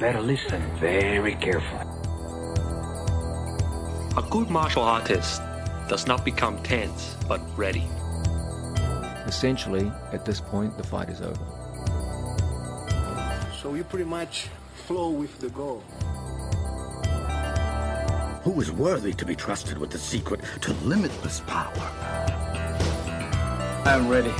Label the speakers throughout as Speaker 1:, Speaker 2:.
Speaker 1: Better listen very carefully.
Speaker 2: A good martial artist does not become tense, but ready.
Speaker 3: Essentially, at this point, the fight is over.
Speaker 4: So you pretty much flow with the goal.
Speaker 5: Who is worthy to be trusted with the secret to limitless power?
Speaker 6: I'm ready.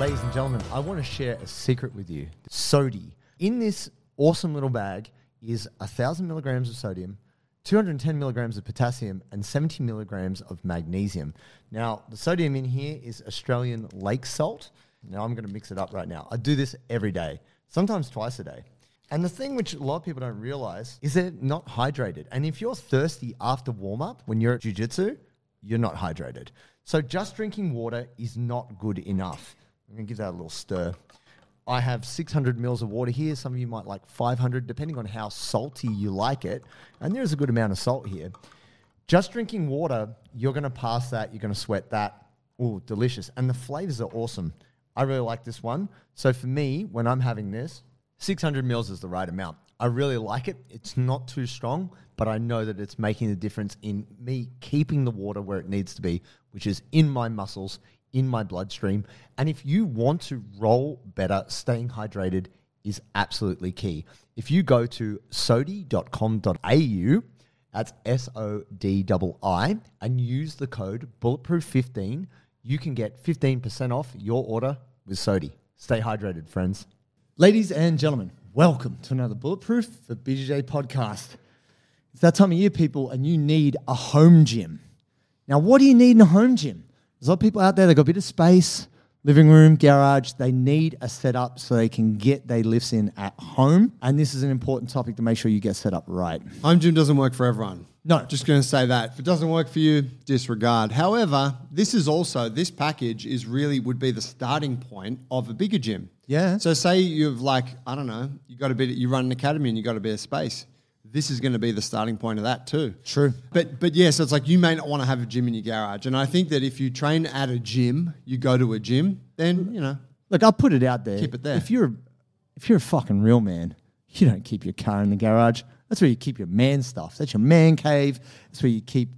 Speaker 7: Ladies and gentlemen, I want to share a secret with you. Sodi. In this awesome little bag is 1,000 milligrams of sodium, 210 milligrams of potassium, and 70 milligrams of magnesium. Now, the sodium in here is Australian lake salt. Now, I'm going to mix it up right now. I do this every day, sometimes twice a day. And the thing which a lot of people don't realize is they're not hydrated. And if you're thirsty after warm up when you're at jujitsu, you're not hydrated. So just drinking water is not good enough. I'm going to give that a little stir. I have 600 mils of water here. Some of you might like 500, depending on how salty you like it. And there is a good amount of salt here. Just drinking water, you're going to pass that. You're going to sweat that. Ooh, delicious. And the flavors are awesome. I really like this one. So for me, when I'm having this, 600 mils is the right amount. I really like it. It's not too strong, but I know that it's making the difference in me keeping the water where it needs to be, which is in my muscles, in my bloodstream. And if you want to roll better, staying hydrated is absolutely key. If you go to sodi.com.au, that's S O D I, and use the code Bulletproof15, you can get 15% off your order with Sodi. Stay hydrated, friends.
Speaker 6: Ladies and gentlemen, welcome to another Bulletproof for BJJ podcast. It's that time of year, people, and you need a home gym. Now, what do you need in a home gym? There's a lot of people out there, they've got a bit of space, living room, garage. They need a setup so they can get their lifts in at home. And this is an important topic to make sure you get set up right.
Speaker 8: Home gym doesn't work for everyone.
Speaker 6: No.
Speaker 8: Just going to say that. If it doesn't work for you, disregard. However, this is also, this package is really would be the starting point of a bigger gym.
Speaker 6: Yeah.
Speaker 8: So say you've like, I don't know, you got a bit, you run an academy and you got a bit of space. This is going to be the starting point of that too.
Speaker 6: True.
Speaker 8: But but yeah, so it's like you may not want to have a gym in your garage. And I think that if you train at a gym, you go to a gym, then, you know,
Speaker 6: Look, I'll put it out there.
Speaker 8: Keep it there.
Speaker 6: If you're if you're a fucking real man, you don't keep your car in the garage. That's where you keep your man stuff. That's your man cave. That's where you keep,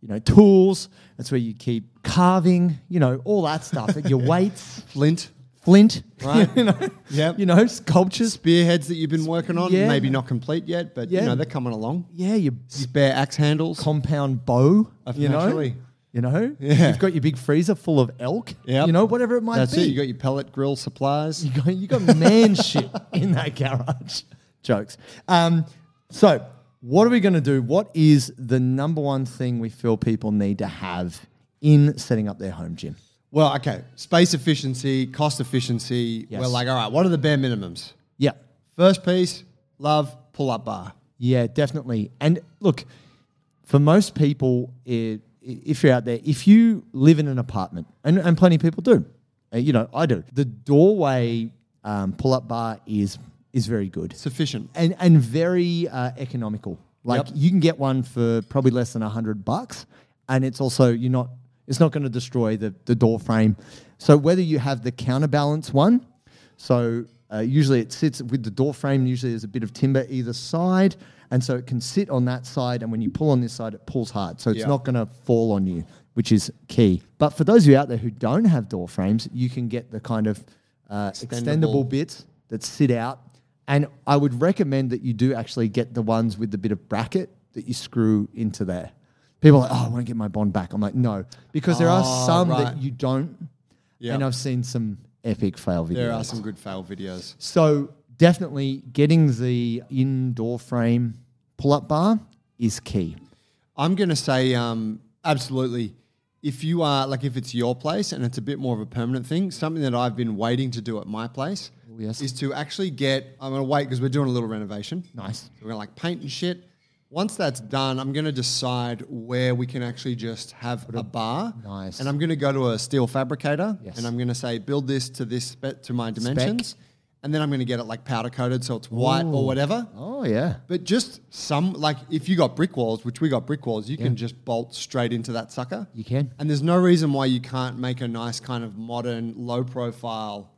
Speaker 6: you know, tools. That's where you keep carving, you know, all that stuff. your weights,
Speaker 8: flint,
Speaker 6: flint,
Speaker 8: right?
Speaker 6: you know,
Speaker 8: Yep.
Speaker 6: you know, sculptures.
Speaker 8: spearheads that you've been working on,
Speaker 6: Yeah.
Speaker 8: maybe not complete yet, but
Speaker 6: Yeah.
Speaker 8: you know, they're coming along.
Speaker 6: Yeah, your
Speaker 8: Spare axe handles.
Speaker 6: compound bow, you know.
Speaker 8: Naturally.
Speaker 6: You know,
Speaker 8: Yeah.
Speaker 6: you've got your big freezer full of elk.
Speaker 8: Yep.
Speaker 6: You know, whatever it might
Speaker 8: That's
Speaker 6: be.
Speaker 8: it. You got your pellet grill supplies.
Speaker 6: You got, you got man shit in that garage. Jokes. Um, so, what are we going to do? What is the number one thing we feel people need to have in setting up their home gym?
Speaker 8: Well, okay. Space efficiency, cost efficiency.
Speaker 6: Yes.
Speaker 8: We're like, all right, what are the bare minimums?
Speaker 6: Yeah.
Speaker 8: First piece, love, pull up bar.
Speaker 6: Yeah, definitely. And look, for most people, i if you're out there, if you live in an apartment, and, and plenty of people do, uh, you know, I do, the doorway um, pull up bar is is very good.
Speaker 8: Sufficient.
Speaker 6: and and very uh, economical. Like
Speaker 8: Yep.
Speaker 6: you can get one for probably less than a hundred bucks, and it's also you're not it's not going to destroy the the door frame. So whether you have the counterbalance one, so uh, usually it sits with the door frame. Usually there's a bit of timber either side, and so it can sit on that side. And when you pull on this side, it pulls hard, so it's
Speaker 8: Yeah.
Speaker 6: not going to fall on you, which is key. But for those of you out there who don't have door frames, you can get the kind of uh, extendable
Speaker 8: Extendable.
Speaker 6: bits that sit out. And I would recommend that you do actually get the ones with the bit of bracket that you screw into there. People are like, oh, I won't get my bond back. I'm like, no, because there are
Speaker 8: Oh,
Speaker 6: some that
Speaker 8: right.
Speaker 6: you don't.
Speaker 8: Yeah.
Speaker 6: And I've seen some epic fail videos.
Speaker 8: There are some good fail videos.
Speaker 6: So definitely getting the indoor frame pull up bar is key.
Speaker 8: I'm going to say um, absolutely. If you are like, if it's your place and it's a bit more of a permanent thing, something that I've been waiting to do at my place
Speaker 6: yes.
Speaker 8: is to actually get. I'm going to wait because we're doing a little renovation.
Speaker 6: Nice.
Speaker 8: We're going to like paint and shit. Once that's done, I'm going to decide where we can actually just have a bar.
Speaker 6: Nice.
Speaker 8: And I'm going to go to a steel fabricator
Speaker 6: Yes.
Speaker 8: and I'm going to say build this to this spec to my dimensions, and then I'm going to get it like powder coated so it's white or whatever.
Speaker 6: Oh, yeah.
Speaker 8: But just some like if you got brick walls, which we got brick walls, you can just bolt straight into that sucker.
Speaker 6: You can.
Speaker 8: And there's no reason why you can't make a nice kind of modern, low profile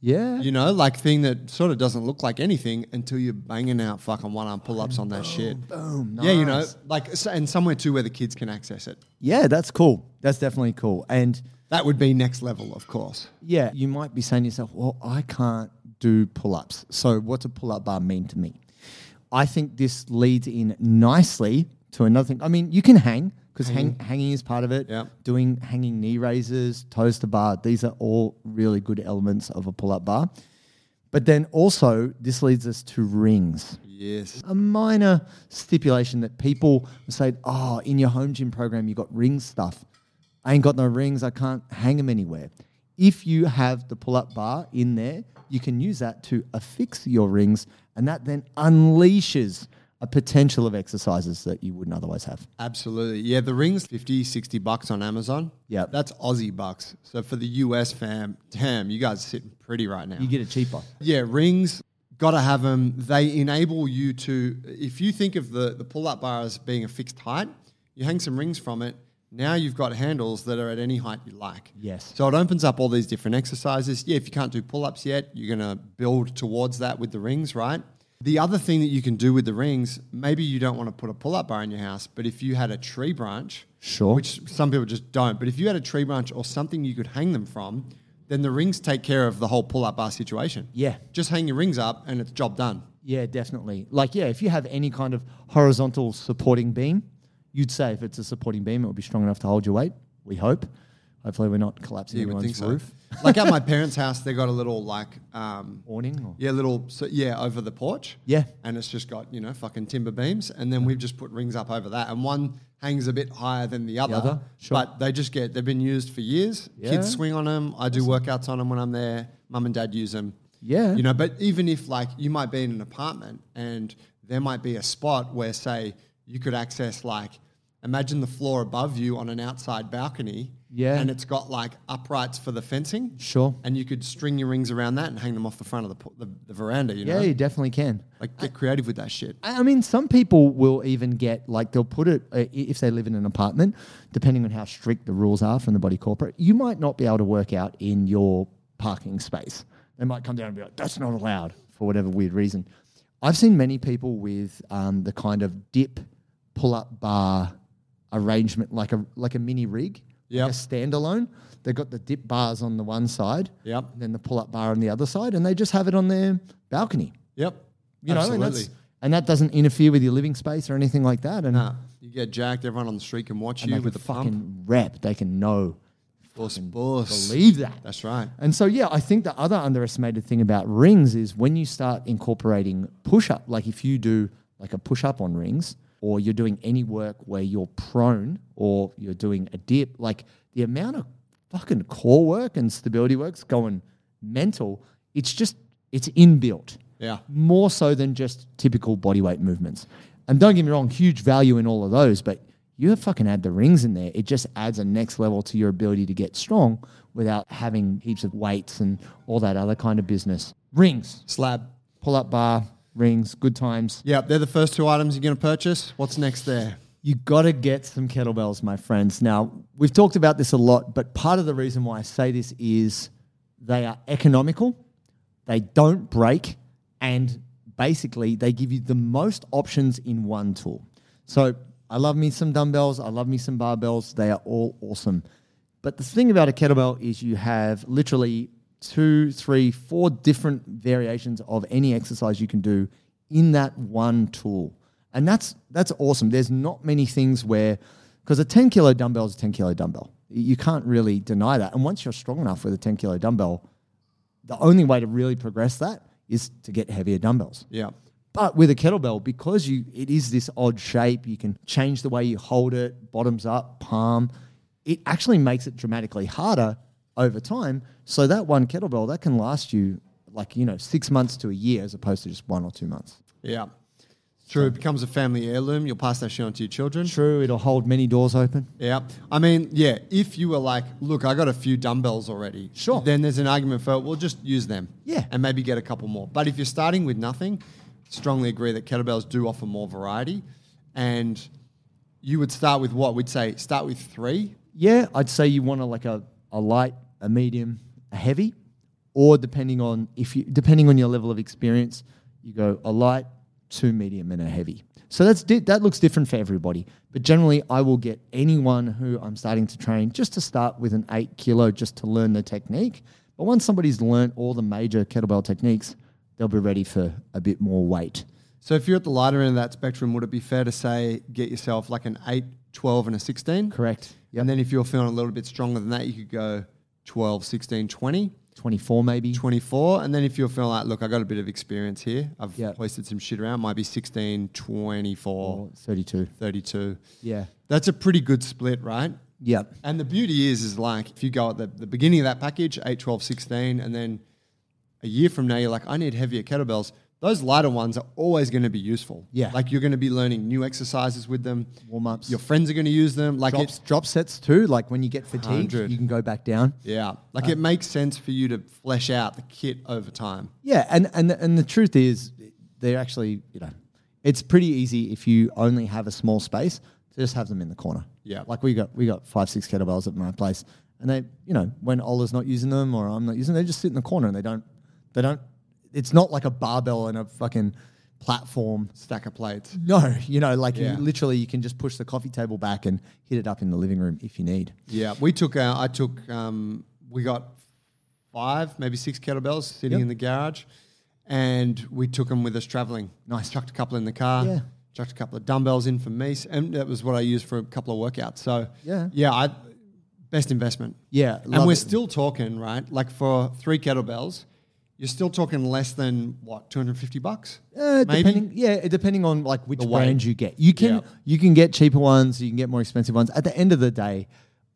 Speaker 6: Yeah.
Speaker 8: You know, like thing that sort of doesn't look like anything until you're banging out fucking one arm pull ups on that shit. Boom. Yeah, you know,
Speaker 6: nice.
Speaker 8: like s- and somewhere too where the kids can access it.
Speaker 6: yeah, that's cool. That's definitely cool. And
Speaker 8: That would be next level, of course.
Speaker 6: yeah, you might be saying to yourself, well, I can't do pull ups. So, what's a pull up bar mean to me? I think this leads in nicely to another thing. I mean, you can hang because hang, hanging is part of it.
Speaker 8: Yep.
Speaker 6: Doing hanging knee raises, toes to bar, these are all really good elements of a pull up bar. But then also, this leads us to rings
Speaker 8: Yes.
Speaker 6: a minor stipulation that people say, oh, in your home gym program, you got ring stuff. I ain't got no rings. I can't hang them anywhere. If you have the pull up bar in there, you can use that to affix your rings, and that then unleashes a potential of exercises that you wouldn't otherwise have.
Speaker 8: Absolutely. Yeah, the ring's 50, 60 bucks on Amazon.
Speaker 6: Yep.
Speaker 8: That's Aussie bucks. So for the US fam, damn, you guys are sitting pretty right now.
Speaker 6: You get it cheaper.
Speaker 8: Yeah, rings, gotta have them. They enable you to, if you think of the, the pull up bar as being a fixed height, you hang some rings from it. Now you've got handles that are at any height you like.
Speaker 6: Yes.
Speaker 8: So it opens up all these different exercises. Yeah, if you can't do pull ups yet, you're gonna build towards that with the rings, right? The other thing that you can do with the rings, maybe you don't want to put a pull up bar in your house, but if you had a tree branch,
Speaker 6: Sure.
Speaker 8: which some people just don't. But if you had a tree branch or something you could hang them from, then the rings take care of the whole pull up bar situation.
Speaker 6: Yeah.
Speaker 8: Just hang your rings up and it's job done.
Speaker 6: Yeah, definitely. Like, yeah, if you have any kind of horizontal supporting beam, you'd say if it's a supporting beam, it would be strong enough to hold your weight. We hope. Hopefully, we're not collapsing
Speaker 8: You would think
Speaker 6: anyone's
Speaker 8: so.
Speaker 6: roof.
Speaker 8: like at my parents' house, they got a little like um,
Speaker 6: Awning or
Speaker 8: yeah, little so, yeah over the porch.
Speaker 6: Yeah.
Speaker 8: and it's just got you know fucking timber beams, and then we've just put rings up over that, and one hangs a bit higher than the other.
Speaker 6: other? Sure.
Speaker 8: But they just get they've been used for years.
Speaker 6: Yeah.
Speaker 8: Kids swing on them. I do workouts on them when I'm there. Mum and dad use them.
Speaker 6: Yeah.
Speaker 8: you know. But even if like you might be in an apartment, and there might be a spot where say you could access like. Imagine the floor above you on an outside balcony.
Speaker 6: Yeah.
Speaker 8: And it's got like uprights for the fencing.
Speaker 6: Sure.
Speaker 8: And you could string your rings around that and hang them off the front of the, pu- the, the veranda, you
Speaker 6: Yeah,
Speaker 8: know?
Speaker 6: you definitely can.
Speaker 8: Like, get creative with that shit.
Speaker 6: I I mean, some people will even get like they'll put it uh, i- if they live in an apartment, depending on how strict the rules are from the body corporate. You might not be able to work out in your parking space. They might come down and be like, "That's not allowed" for whatever weird reason. I've seen many people with um, the kind of dip pull-up bar arrangement, like a like a mini rig,
Speaker 8: Yep.
Speaker 6: like a standalone. They've got the dip bars on the one side,
Speaker 8: Yep.
Speaker 6: and then the pull-up bar on the other side, and they just have it on their balcony.
Speaker 8: Yep.
Speaker 6: You know,
Speaker 8: Absolutely.
Speaker 6: And, that's, and that doesn't interfere with your living space or anything like that. And,
Speaker 8: Nah, you get jacked, everyone on the street can watch
Speaker 6: and
Speaker 8: you
Speaker 6: they
Speaker 8: with the
Speaker 6: can
Speaker 8: pump.
Speaker 6: fucking rep, they can know,
Speaker 8: Boss, boss.
Speaker 6: believe that.
Speaker 8: That's right.
Speaker 6: And so, yeah, I think the other underestimated thing about rings is when you start incorporating push up, like if you do like a push up on rings or you're doing any work where you're prone or you're doing a dip, like the amount of fucking core work and stability work's going mental. It's just, it's inbuilt.
Speaker 8: Yeah.
Speaker 6: More so than just typical body weight movements. And don't get me wrong, huge value in all of those, but you have fucking add the rings in there. It just adds a next level to your ability to get strong without having heaps of weights and all that other kind of business. Rings,
Speaker 8: Slab.
Speaker 6: pull up bar, rings, good times.
Speaker 8: Yeah, they're the first two items you're going to purchase. What's next there?
Speaker 6: You gotta get some kettlebells, my friends. Now, we've talked about this a lot, but part of the reason why I say this is they are economical, they don't break, and basically they give you the most options in one tool. So I love me some dumbbells, I love me some barbells, they are all awesome. But the thing about a kettlebell is you have literally two, three, four different variations of any exercise you can do in that one tool. And that's that's awesome. There's not many things where because a 10 kilo dumbbell is a 10 kilo dumbbell. Y- You can't really deny that. And once you're strong enough with a 10 kilo dumbbell, the only way to really progress that is to get heavier dumbbells.
Speaker 8: Yeah.
Speaker 6: But with a kettlebell, because you it is this odd shape, you can change the way you hold it, bottoms up, palm. It actually makes it dramatically harder over time. So that one kettlebell that can last you like you know six months to a year as opposed to just one or two months.
Speaker 8: Yeah. True. It becomes a family heirloom. You'll pass that shit on to your children.
Speaker 6: True, it'll hold many doors open.
Speaker 8: Yeah. I mean, yeah, if you were like, look, I got a few dumbbells already.
Speaker 6: Sure.
Speaker 8: Then there's an argument for, well, just use them.
Speaker 6: Yeah.
Speaker 8: And maybe get a couple more. But if you're starting with nothing, strongly agree that kettlebells do offer more variety. And you would start with what? We'd say start with three.
Speaker 6: Yeah, I'd say you want a, like a, a light, a medium, a heavy, or depending on if you depending on your level of experience, you go a light, two medium, and a heavy. So that's di- that looks different for everybody. But generally, I will get anyone who I'm starting to train just to start with an eight kilo just to learn the technique. But once somebody's learned all the major kettlebell techniques, they'll be ready for a bit more weight.
Speaker 8: So if you're at the lighter end of that spectrum, would it be fair to say get yourself like an 8, 12, and a 16?
Speaker 6: Correct.
Speaker 8: And then if you're feeling a little bit stronger than that, you could go 12, 16, 20,
Speaker 6: 24 maybe.
Speaker 8: 24. And then if you're feeling like, look, I got a bit of experience here, I've
Speaker 6: Yep.
Speaker 8: hoisted some shit around, might be 16, 24,
Speaker 6: 32.
Speaker 8: 32.
Speaker 6: Yeah.
Speaker 8: That's a pretty good split, right?
Speaker 6: Yep.
Speaker 8: And the beauty is, is like if you go at the, the beginning of that package, 8, 12, 16, and then a year from now, you're like, I need heavier kettlebells. Those lighter ones are always going to be useful.
Speaker 6: Yeah.
Speaker 8: Like you're going to be learning new exercises with them.
Speaker 6: Warm-ups.
Speaker 8: Your friends are going to use them. Like
Speaker 6: Drops,
Speaker 8: it's,
Speaker 6: drop sets too. Like when you get fatigued,
Speaker 8: 100.
Speaker 6: you can go back down.
Speaker 8: yeah.
Speaker 6: Uh.
Speaker 8: Like it makes sense for you to flesh out the kit over time.
Speaker 6: Yeah, and and and the truth is, they're actually you know, it's pretty easy if you only have a small space to just have them in the corner.
Speaker 8: Yeah.
Speaker 6: like we got we got five six kettlebells at my place, and they you know when Ola's not using them or I'm not using, them, they just sit in the corner and they don't they don't. It's not like a barbell and a fucking platform.
Speaker 8: Stack of plates.
Speaker 6: No, you know, like
Speaker 8: Yeah.
Speaker 6: you literally, you can just push the coffee table back and hit it up in the living room if you need.
Speaker 8: Yeah. We took our, I took, um, we got five, maybe six kettlebells sitting
Speaker 6: Yep.
Speaker 8: in the garage and we took them with us traveling.
Speaker 6: Nice.
Speaker 8: Chucked a couple in the car.
Speaker 6: Yeah.
Speaker 8: Chucked a couple of dumbbells in for me. And that was what I used for a couple of workouts. So,
Speaker 6: Yeah.
Speaker 8: Yeah. I, best investment.
Speaker 6: Yeah,
Speaker 8: And
Speaker 6: love
Speaker 8: we're
Speaker 6: it.
Speaker 8: still talking, right? Like for three kettlebells, you're still talking less than what, 250 bucks?
Speaker 6: Uh,
Speaker 8: Maybe.
Speaker 6: depending, yeah, it- depending on like which
Speaker 8: The weight.
Speaker 6: brand you get. You can
Speaker 8: Yeah.
Speaker 6: you can get cheaper ones, you can get more expensive ones. At the end of the day,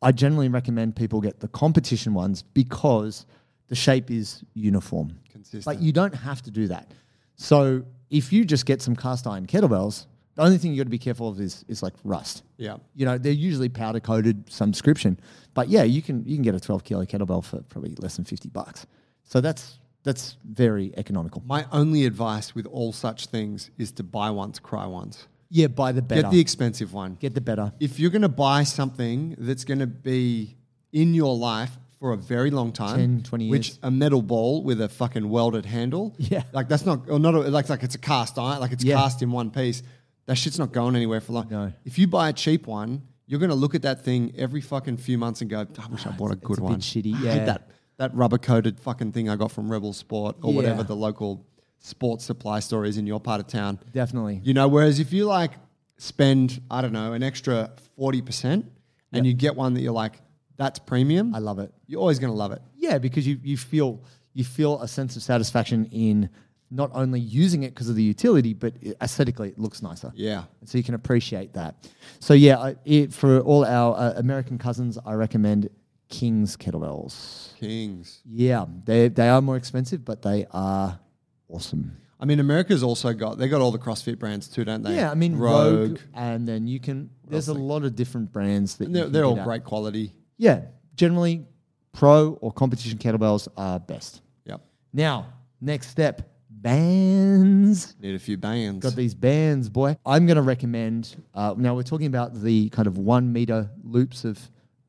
Speaker 6: I generally recommend people get the competition ones because the shape is uniform.
Speaker 8: Consistent.
Speaker 6: Like you don't have to do that. So if you just get some cast iron kettlebells, the only thing you got to be careful of is is like rust.
Speaker 8: Yeah.
Speaker 6: You know, they're usually powder coated subscription. But yeah, you can you can get a 12 kilo kettlebell for probably less than 50 bucks. So that's that's very economical.
Speaker 8: My only advice with all such things is to buy once, cry once.
Speaker 6: Yeah, buy the better.
Speaker 8: Get the expensive one.
Speaker 6: get the better.
Speaker 8: if you're going to buy something that's going to be in your life for a very long time
Speaker 6: 10, 20
Speaker 8: which
Speaker 6: years.
Speaker 8: a metal ball with a fucking welded handle
Speaker 6: Yeah.
Speaker 8: like that's not or not a, like like it's a cast iron like it's
Speaker 6: Yeah.
Speaker 8: cast in one piece that shit's not going anywhere for long
Speaker 6: No.
Speaker 8: if you buy a cheap one you're going to look at that thing every fucking few months and go i wish i bought a
Speaker 6: it's
Speaker 8: good
Speaker 6: a bit
Speaker 8: one
Speaker 6: shitty,
Speaker 8: I hate
Speaker 6: yeah.
Speaker 8: that that rubber coated fucking thing i got from rebel sport or whatever
Speaker 6: Yeah.
Speaker 8: the local sports supply store is in your part of town
Speaker 6: Definitely.
Speaker 8: you know, whereas if you like spend, I don't know, an extra 40% and you get one that you're like, that's premium.
Speaker 6: I love it.
Speaker 8: You're always going to love it.
Speaker 6: Yeah, because you, you feel you feel a sense of satisfaction in not only using it because of the utility, but i- aesthetically it looks nicer.
Speaker 8: Yeah.
Speaker 6: And so you can appreciate that. So yeah, I, it, for all our uh, American cousins, I recommend King's kettlebells.
Speaker 8: Kings.
Speaker 6: Yeah, they they are more expensive, but they are awesome.
Speaker 8: I mean, America's also got, they got all the CrossFit brands too, don't they?
Speaker 6: Yeah, I mean Rogue, and then you can. There's a
Speaker 8: else they-
Speaker 6: lot of different brands that
Speaker 8: And they're
Speaker 6: you can
Speaker 8: they're all
Speaker 6: get at.
Speaker 8: great quality.
Speaker 6: Yeah, generally, pro or competition kettlebells are best.
Speaker 8: Yep.
Speaker 6: Now, next step, bands.
Speaker 8: Need a few bands.
Speaker 6: Got these bands, boy. I'm going to recommend. Uh, now we're talking about the kind of one meter loops of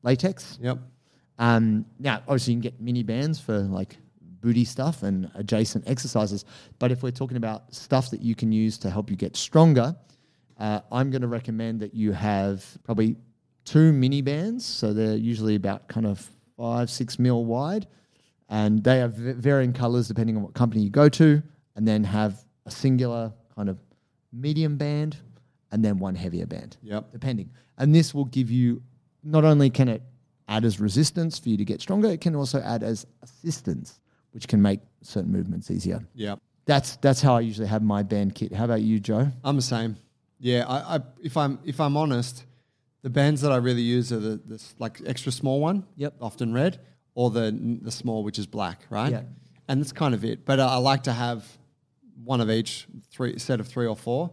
Speaker 6: latex.
Speaker 8: yep.
Speaker 6: Um, now, obviously, you can get mini bands for like booty stuff and adjacent exercises. But if we're talking about stuff that you can use to help you get stronger, uh, I'm going to recommend that you have probably two mini bands. So they're usually about kind of five, six mil wide. And they are v- varying colors depending on what company you go to. And then have a singular kind of medium band and then one heavier band
Speaker 8: Yep.
Speaker 6: depending. And this will give you not only can it add as resistance for you to get stronger, it can also add as assistance, which can make certain movements easier.
Speaker 8: Yep.
Speaker 6: That's that's how I usually have my band kit. How about you, Joe?
Speaker 8: I'm the same. Yeah, I, I if I'm if I'm honest, the bands that I really use are the this like extra small one,
Speaker 6: Yep.
Speaker 8: often red, or the the small which is black, right?
Speaker 6: Yeah.
Speaker 8: And that's kind of it. But I, I like to have one of each, three set of three or four.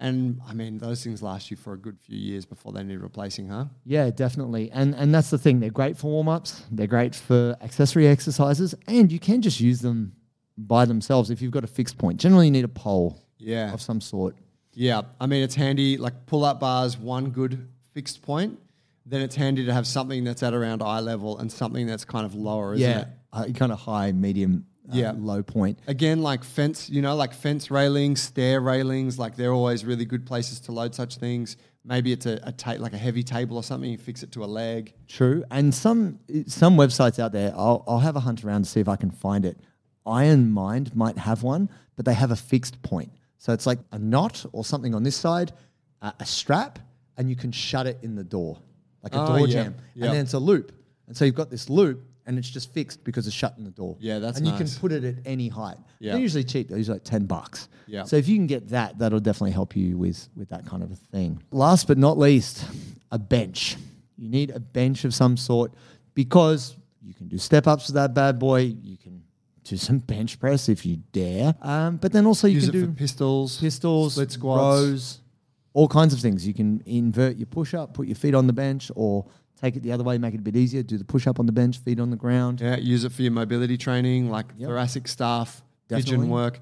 Speaker 8: And I mean, those things last you for a good few years before they need replacing, huh?
Speaker 6: Yeah, definitely. And and that's the thing. They're great for warm ups. They're great for accessory exercises, and you can just use them by themselves if you've got a fixed point. Generally, you need a pole
Speaker 8: Yeah.
Speaker 6: of some sort.
Speaker 8: Yeah, I mean it's handy. Like pull up bars, one good fixed point. Then it's handy to have something that's at around eye level and something that's kind of lower, isn't
Speaker 6: Yeah.
Speaker 8: it?
Speaker 6: uh, kind of high, medium, uh,
Speaker 8: Yeah.
Speaker 6: low point.
Speaker 8: Again, like fence, you know, like fence railings, stair railings, like they're always really good places to load such things. Maybe it's a, a ta- like a heavy table or something. You fix it to a leg.
Speaker 6: True, and some some websites out there, I'll, I'll have a hunt around to see if I can find it. Iron Mind might have one, but they have a fixed point, so it's like a knot or something on this side, uh, a strap, and you can shut it in the door, like a
Speaker 8: Oh,
Speaker 6: door
Speaker 8: yeah,
Speaker 6: jam,
Speaker 8: yeah.
Speaker 6: and then it's a loop, and so you've got this loop, and it's just fixed because it's shut in the door.
Speaker 8: Yeah, that's
Speaker 6: and you
Speaker 8: nice.
Speaker 6: can put it at any height.
Speaker 8: Yeah.
Speaker 6: They're usually cheap; they're usually like ten bucks.
Speaker 8: Yeah.
Speaker 6: So if you can get that, that'll definitely help you with with that kind of a thing. Last but not least, a bench. You need a bench of some sort because you can do step ups with that bad boy. You can do some bench press if you dare. Um, but then also you
Speaker 8: Use
Speaker 6: can
Speaker 8: it
Speaker 6: do
Speaker 8: for pistols,
Speaker 6: pistols,
Speaker 8: split squats.
Speaker 6: rows, all kinds of things. You can invert your push up, put your feet on the bench, or take it the other way, make it a bit easier. Do the push up on the bench, feet on the ground.
Speaker 8: Yeah, use it for your mobility training, like thoracic stuff,
Speaker 6: Definitely.
Speaker 8: pigeon work.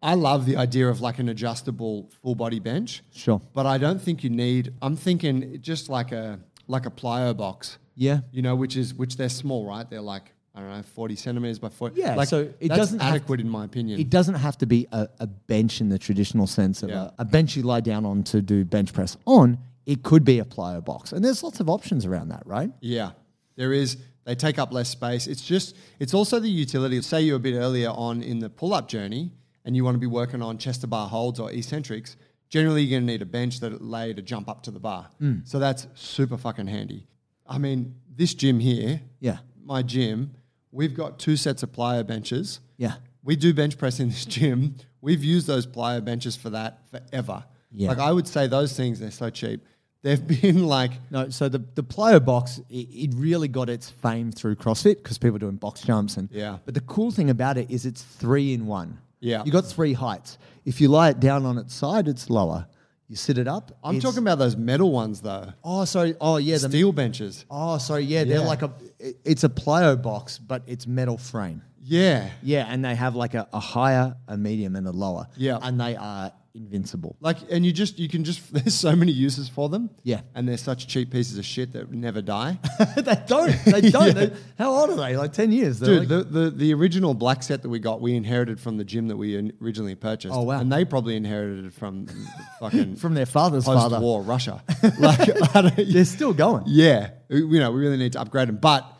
Speaker 8: I love the idea of like an adjustable full body bench.
Speaker 6: Sure.
Speaker 8: But I don't think you need I'm thinking just like a like a plyo box.
Speaker 6: Yeah.
Speaker 8: You know, which is which they're small, right? They're like I don't know, forty centimeters by forty.
Speaker 6: Yeah,
Speaker 8: like,
Speaker 6: so it
Speaker 8: that's
Speaker 6: doesn't have
Speaker 8: adequate
Speaker 6: to-
Speaker 8: in my opinion.
Speaker 6: It doesn't have to be a, a bench in the traditional sense of
Speaker 8: Yeah.
Speaker 6: a, a bench you lie down on to do bench press on. It could be a plyo box. And there's lots of options around that, right?
Speaker 8: Yeah, there is. They take up less space. It's just, it's also the utility. Say you're a bit earlier on in the pull up journey and you want to be working on chest to bar holds or eccentrics. Generally, you're going to need a bench that lay to jump up to the bar.
Speaker 6: Mm.
Speaker 8: So that's super fucking handy. I mean, this gym here,
Speaker 6: Yeah.
Speaker 8: my gym, we've got two sets of plyo benches.
Speaker 6: Yeah.
Speaker 8: We do bench press in this gym. We've used those plyo benches for that forever.
Speaker 6: Yeah.
Speaker 8: Like I would say those things, they're so cheap. They've been like
Speaker 6: No, so the, the plyo box, it, it really got its fame through CrossFit because people are doing box jumps. and
Speaker 8: Yeah.
Speaker 6: But the cool thing about it is it's three in one.
Speaker 8: Yeah.
Speaker 6: You got three heights. If you lie it down on its side, it's lower. You sit it up.
Speaker 8: I'm
Speaker 6: it's-
Speaker 8: talking about those metal ones though.
Speaker 6: Oh, sorry. Oh, yeah. The,
Speaker 8: Steel benches.
Speaker 6: oh, sorry. Yeah, they're
Speaker 8: Yeah.
Speaker 6: like a, it- it's a plyo box, but it's metal frame.
Speaker 8: Yeah.
Speaker 6: Yeah, and they have like a, a higher, a medium, and a lower.
Speaker 8: Yeah.
Speaker 6: And they are invincible.
Speaker 8: Like, and you just, you can just, there's so many uses for them.
Speaker 6: Yeah.
Speaker 8: And they're such cheap pieces of shit that never die.
Speaker 6: they don't. They don't. They- how old are they? Like 10 years. They're
Speaker 8: Dude,
Speaker 6: like-
Speaker 8: the, the, the original black set that we got, we inherited from the gym that we in- originally purchased.
Speaker 6: Oh, wow.
Speaker 8: And they probably inherited it from fucking
Speaker 6: from their father's father.
Speaker 8: post-war Russia. like, I don't,
Speaker 6: They're still going.
Speaker 8: yeah. You know, we really need to upgrade them, but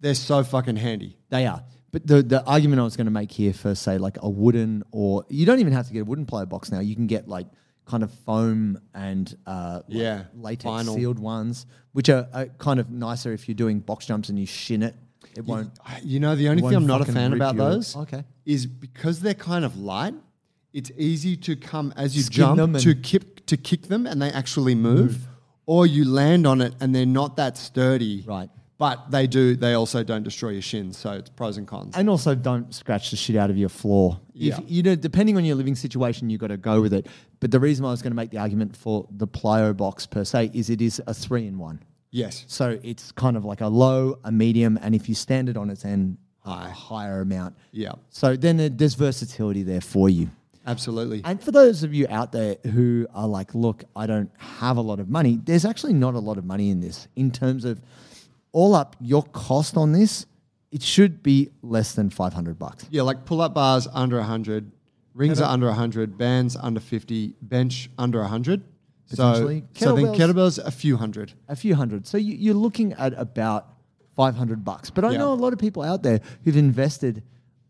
Speaker 8: they're so fucking handy.
Speaker 6: They are. But the, the argument I was going to make here for, say, like a wooden or you don't even have to get a wooden player box now. You can get like kind of foam and uh, like
Speaker 8: Yeah,
Speaker 6: latex
Speaker 8: vinyl.
Speaker 6: sealed ones, which are, are kind of nicer if you're doing box jumps and you shin it. It won't.
Speaker 8: You know, the only
Speaker 6: won't
Speaker 8: thing I'm not a
Speaker 6: fucking
Speaker 8: fan
Speaker 6: rip
Speaker 8: about
Speaker 6: you up.
Speaker 8: those
Speaker 6: Okay.
Speaker 8: is because they're kind of light, it's easy to come as you
Speaker 6: Skin them
Speaker 8: jump
Speaker 6: and-
Speaker 8: to kick to kick them and they actually move, Or you land on it and they're not that sturdy.
Speaker 6: Right.
Speaker 8: But they do they also don't destroy your shins, so it's pros and cons.
Speaker 6: and also don't scratch the shit out of your floor.
Speaker 8: Yeah.
Speaker 6: If, you know, depending on your living situation, you've got to go with it. But the reason why I was going to make the argument for the plyo box per se is it is a three in one.
Speaker 8: yes.
Speaker 6: So it's kind of like a low, a medium, and if you stand it on its end, a higher amount.
Speaker 8: Yeah.
Speaker 6: So then uh, there's versatility there for you.
Speaker 8: Absolutely.
Speaker 6: And for those of you out there who are like, look, I don't have a lot of money, there's actually not a lot of money in this in terms of all up your cost on this. It should be less than 500 bucks.
Speaker 8: yeah, like pull up bars under hundred, rings are under hundred, bands under fifty, bench under hundred. So,
Speaker 6: Potentially.
Speaker 8: so then
Speaker 6: Kettlebells-
Speaker 8: kettlebells a few hundred.
Speaker 6: a few hundred. So you, you're looking at about 500 bucks. But I
Speaker 8: Yeah.
Speaker 6: know a lot of people out there who've invested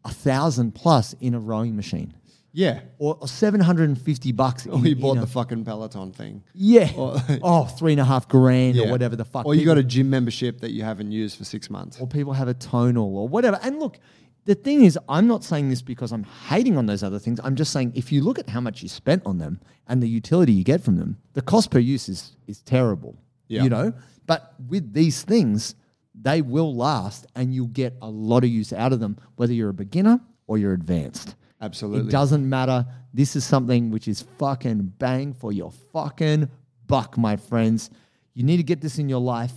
Speaker 6: a thousand plus in a rowing machine
Speaker 8: Yeah.
Speaker 6: or, or 750 bucks. in-
Speaker 8: We
Speaker 6: in
Speaker 8: Oh, bought
Speaker 6: a-
Speaker 8: the fucking Peloton thing.
Speaker 6: yeah.
Speaker 8: or-
Speaker 6: oh, three and a half grand or
Speaker 8: Yeah.
Speaker 6: whatever the fuck.
Speaker 8: Or you
Speaker 6: people-
Speaker 8: got a gym membership that you haven't used for six months.
Speaker 6: or people have a tonal or whatever. And look, the thing is, I'm not saying this because I'm hating on those other things. I'm just saying if you look at how much you spent on them and the utility you get from them, the cost per use is is terrible.
Speaker 8: Yeah.
Speaker 6: You know? But with these things, they will last and you'll get a lot of use out of them, whether you're a beginner or you're advanced.
Speaker 8: Absolutely.
Speaker 6: It doesn't matter. This is something which is fucking bang for your fucking buck, my friends. You need to get this in your life.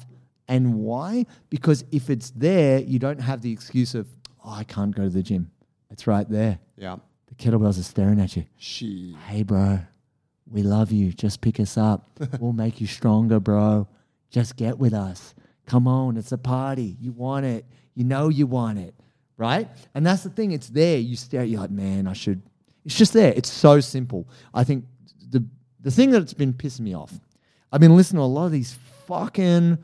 Speaker 6: And why? Because if it's there, you don't have the excuse of, oh, I can't go to the gym. It's right there.
Speaker 8: Yeah.
Speaker 6: The kettlebells are staring at you.
Speaker 8: She.
Speaker 6: Hey, bro, we love you. Just pick us up. we'll make you stronger, bro. Just get with us. Come on, it's a party. You want it. You know you want it. right? And that's the thing. It's there. You stare. You're like, man, I should. It's just there. It's so simple. I think the the thing that's been pissing me off. I've been listening to a lot of these fucking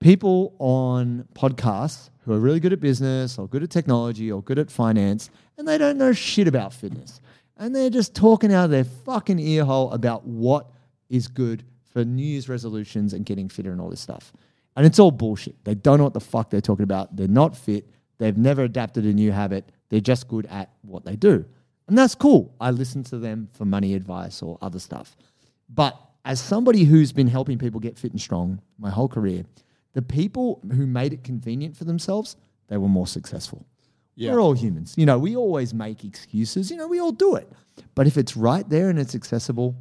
Speaker 6: people on podcasts who are really good at business or good at technology or good at finance, and they don't know shit about fitness. And they're just talking out of their fucking ear hole about what is good for New Year's resolutions and getting fitter and all this stuff. And it's all bullshit. They don't know what the fuck they're talking about. They're not fit. They've never adapted a new habit. They're just good at what they do. And that's cool. I listen to them for money advice or other stuff. But as somebody who's been helping people get fit and strong my whole career, the people who made it convenient for themselves, they were more successful.
Speaker 8: Yeah.
Speaker 6: We're all humans. You know, we always make excuses. You know, we all do it. But if it's right there and it's accessible,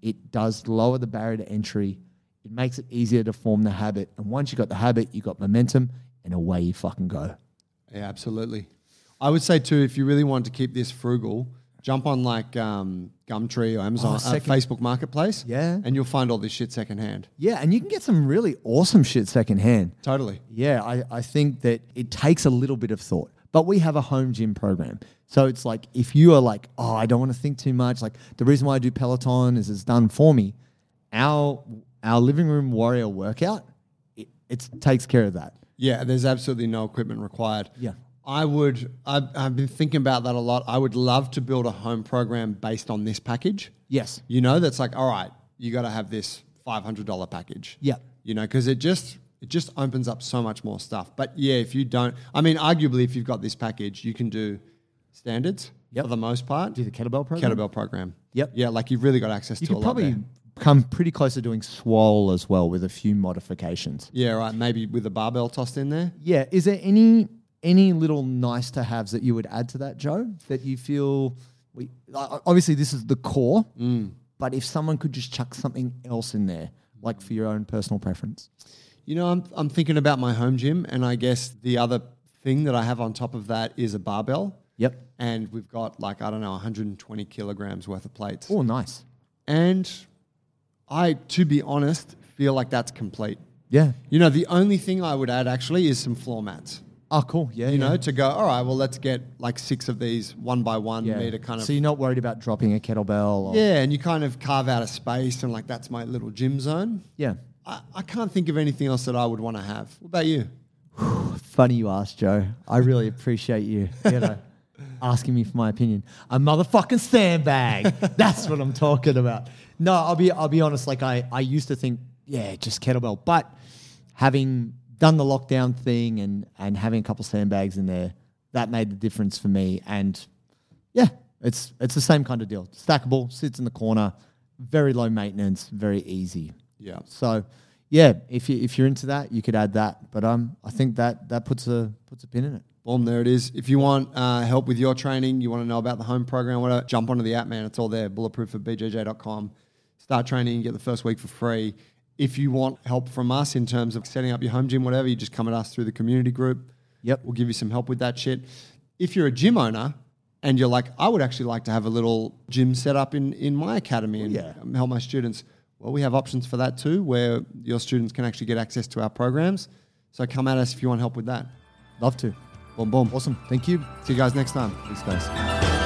Speaker 6: it does lower the barrier to entry. It makes it easier to form the habit. And once you got the habit, you got momentum and away you fucking go.
Speaker 8: Yeah, absolutely. I would say too, if you really want to keep this frugal, jump on like um, Gumtree or Amazon, uh,
Speaker 6: Oh, second-
Speaker 8: Facebook Marketplace.
Speaker 6: Yeah.
Speaker 8: and you'll find all this shit secondhand.
Speaker 6: Yeah, and you can get some really awesome shit secondhand.
Speaker 8: Totally.
Speaker 6: Yeah, I, I think that it takes a little bit of thought. But we have a home gym program. So it's like if you are like, oh, I don't want to think too much, like the reason why I do Peloton is it's done for me. Our our living room warrior workout, it it's, takes care of that.
Speaker 8: Yeah, there's absolutely no equipment required.
Speaker 6: Yeah.
Speaker 8: I would. I've, I've been thinking about that a lot. I would love to build a home program based on this package.
Speaker 6: Yes.
Speaker 8: You know, that's like, all right, you got to have this five hundred dollar package.
Speaker 6: Yeah.
Speaker 8: You know, because it just it just opens up so much more stuff. But yeah, if you don't, I mean, arguably, if you've got this package, you can do standards
Speaker 6: Yep.
Speaker 8: for the most part.
Speaker 6: Do the kettlebell program?
Speaker 8: kettlebell program.
Speaker 6: Yep.
Speaker 8: Yeah, like you've really got access
Speaker 6: You
Speaker 8: to a
Speaker 6: could
Speaker 8: lot.
Speaker 6: probably
Speaker 8: there.
Speaker 6: come pretty close to doing swole as well with a few modifications.
Speaker 8: Yeah, right. Maybe with a barbell tossed in there.
Speaker 6: Yeah. Is there any any little nice to haves that you would add to that, Joe? That you feel we o- obviously this is the core,
Speaker 8: Mm.
Speaker 6: but if someone could just chuck something else in there, like for your own personal preference.
Speaker 8: You know, I'm, I'm thinking about my home gym, and I guess the other thing that I have on top of that is a barbell.
Speaker 6: Yep.
Speaker 8: And we've got like, I don't know, 120 kilograms worth of plates.
Speaker 6: Oh, nice.
Speaker 8: And I, to be honest, feel like that's complete.
Speaker 6: Yeah.
Speaker 8: You know, the only thing I would add actually is some floor mats,
Speaker 6: Oh, cool. Yeah.
Speaker 8: you know, to go, all right, well, let's get like six of these one by one meter kind of.
Speaker 6: So you're not worried about dropping a kettlebell. Or,
Speaker 8: yeah, and you kind of carve out a space and like that's my little gym zone.
Speaker 6: Yeah.
Speaker 8: I, I can't think of anything else that I would want to have. What about you?
Speaker 6: Funny you asked, Joe. I really appreciate you. You know. Asking me for my opinion, a motherfucking sandbag. That's what I'm talking about. No, I'll be I'll be honest. Like I I used to think, yeah, just kettlebell. But having done the lockdown thing and and having a couple sandbags in there, that made the difference for me. And yeah, it's it's the same kind of deal. Stackable, sits in the corner, very low maintenance, very easy.
Speaker 8: Yeah.
Speaker 6: So yeah, if you if you're into that, you could add that. But um, I think that that puts a puts a pin in it.
Speaker 8: Boom, there it is. If you want uh, help with your training, you want to know about the home program, whatever, jump onto the app, man. It's all there, bulletproof at bjj.com. Start training, get the first week for free. If you want help from us in terms of setting up your home gym, whatever, you just come at us through the community group.
Speaker 6: Yep.
Speaker 8: We'll give you some help with that shit. If you're a gym owner and you're like, I would actually like to have a little gym set up in, in my academy and
Speaker 6: Yeah.
Speaker 8: um, help my students, well, we have options for that too, where your students can actually get access to our programs. So come at us if you want help with that.
Speaker 6: Love to.
Speaker 8: Boom, boom.
Speaker 6: Awesome. Thank you.
Speaker 8: See you guys next time.
Speaker 6: Thanks, guys.